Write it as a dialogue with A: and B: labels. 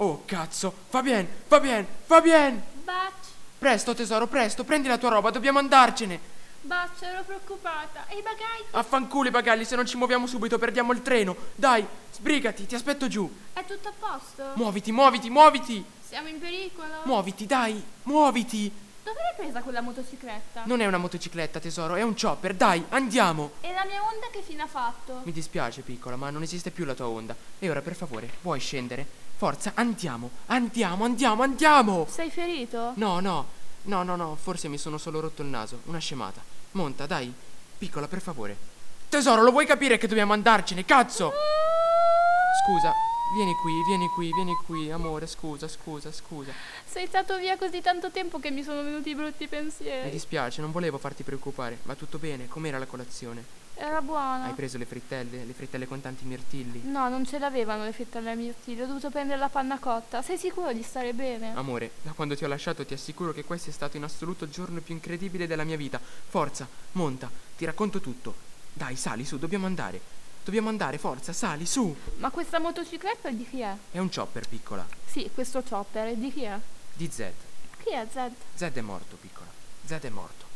A: Oh, cazzo! Fabien! Fabien! Fabien!
B: Baci,
A: Presto, tesoro, presto, prendi la tua roba, dobbiamo andarcene!
B: baci, ero preoccupata. E i bagagli?
A: Affanculo i bagagli, se non ci muoviamo subito perdiamo il treno! Dai, sbrigati, ti aspetto giù!
B: È tutto a posto?
A: Muoviti, muoviti, muoviti!
B: Siamo in pericolo?
A: Muoviti, dai, muoviti!
B: Dove l'hai presa quella motocicletta?
A: Non è una motocicletta, tesoro, è un chopper, dai, andiamo!
B: E la mia onda che fine ha fatto?
A: Mi dispiace, piccola, ma non esiste più la tua onda. E ora, per favore, vuoi scendere? Forza, andiamo, andiamo, andiamo, andiamo!
B: Sei ferito?
A: No, no, no, no, no, forse mi sono solo rotto il naso, una scemata. Monta, dai, piccola, per favore. Tesoro, lo vuoi capire che dobbiamo andarcene, cazzo? Scusa, vieni qui, vieni qui, vieni qui, amore, scusa, scusa, scusa.
B: Sei stato via così tanto tempo che mi sono venuti i brutti
A: Mi
B: pensieri.
A: dispiace, non volevo farti preoccupare. Va tutto bene, com'era la colazione?
B: Era buona.
A: Hai preso le frittelle, le frittelle con tanti mirtilli?
B: No, non ce l'avevano le frittelle a mirtilli, ho dovuto prendere la panna cotta. Sei sicuro di stare bene?
A: Amore, da quando ti ho lasciato ti assicuro che questo è stato in assoluto il giorno più incredibile della mia vita. Forza, monta, ti racconto tutto. Dai, sali su, dobbiamo andare. Dobbiamo andare, forza, sali su.
B: Ma questa motocicletta di chi è?
A: È un chopper, piccola.
B: Sì, questo chopper, di chi è?
A: Di Zed.
B: Chi è Zed?
A: Zed è morto, piccola. Zed è morto.